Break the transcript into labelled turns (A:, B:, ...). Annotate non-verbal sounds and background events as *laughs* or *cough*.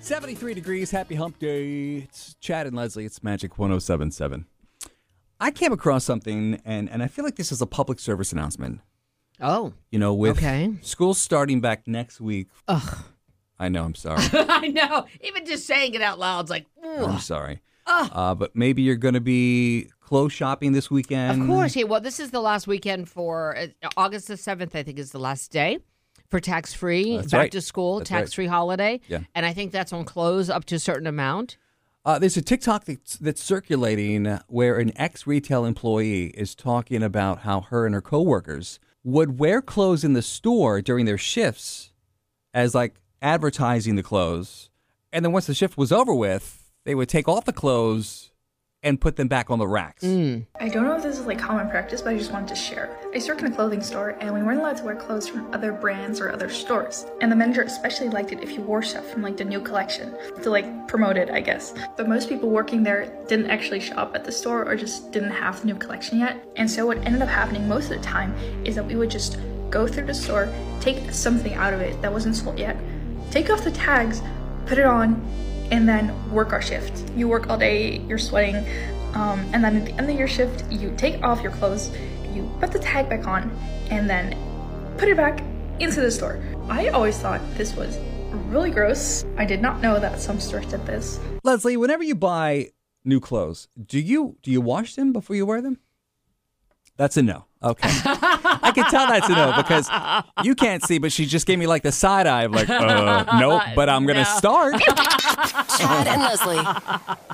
A: 73 degrees. Happy hump day. It's Chad and Leslie. It's Magic 1077. I came across something, and, and I feel like this is a public service announcement.
B: Oh,
A: You know, with
B: Okay.
A: school starting back next week. Ugh. I know, I'm sorry.
B: *laughs* I know. Even just saying it out loud's like, *laughs*
A: I'm sorry. Uh, but maybe you're going to be clothes shopping this weekend.
B: of course. Hey, well, this is the last weekend for uh, August the seventh. I think is the last day for tax free
A: That's
B: back
A: right.
B: to school,
A: That's right.
B: tax free holiday.
A: Yeah.
B: and I think that's on clothes up to a certain amount.
A: Uh, there's a TikTok that's, that's circulating where an ex retail employee is talking about how her and her coworkers would wear clothes in the store during their shifts as like advertising the clothes. And then once the shift was over with, they would take off the clothes and put them back on the racks.
C: I don't know if this is like common practice, but I just wanted to share. I used to work in a clothing store, and we weren't allowed to wear clothes from other brands or other stores. And the manager especially liked it if you wore stuff from like the new collection to like promote it, I guess. But most people working there didn't actually shop at the store or just didn't have the new collection yet. And so what ended up happening most of the time is that we would just go through the store, take something out of it that wasn't sold yet, take off the tags, put it on, and then work our shift. You work all day, you're sweating, um, and then at the end of your shift, you take off your clothes, you put the tag back on, and then put it back into the store. I always thought this was really gross. I did not know that some stores did this.
A: Leslie, whenever you buy new clothes, do you do you wash them before you wear them? That's a no. Okay. I can tell that's a no because you can't see, but she just gave me like the side eye of like, uh, nope, but I'm going to start.
D: Chad and Leslie.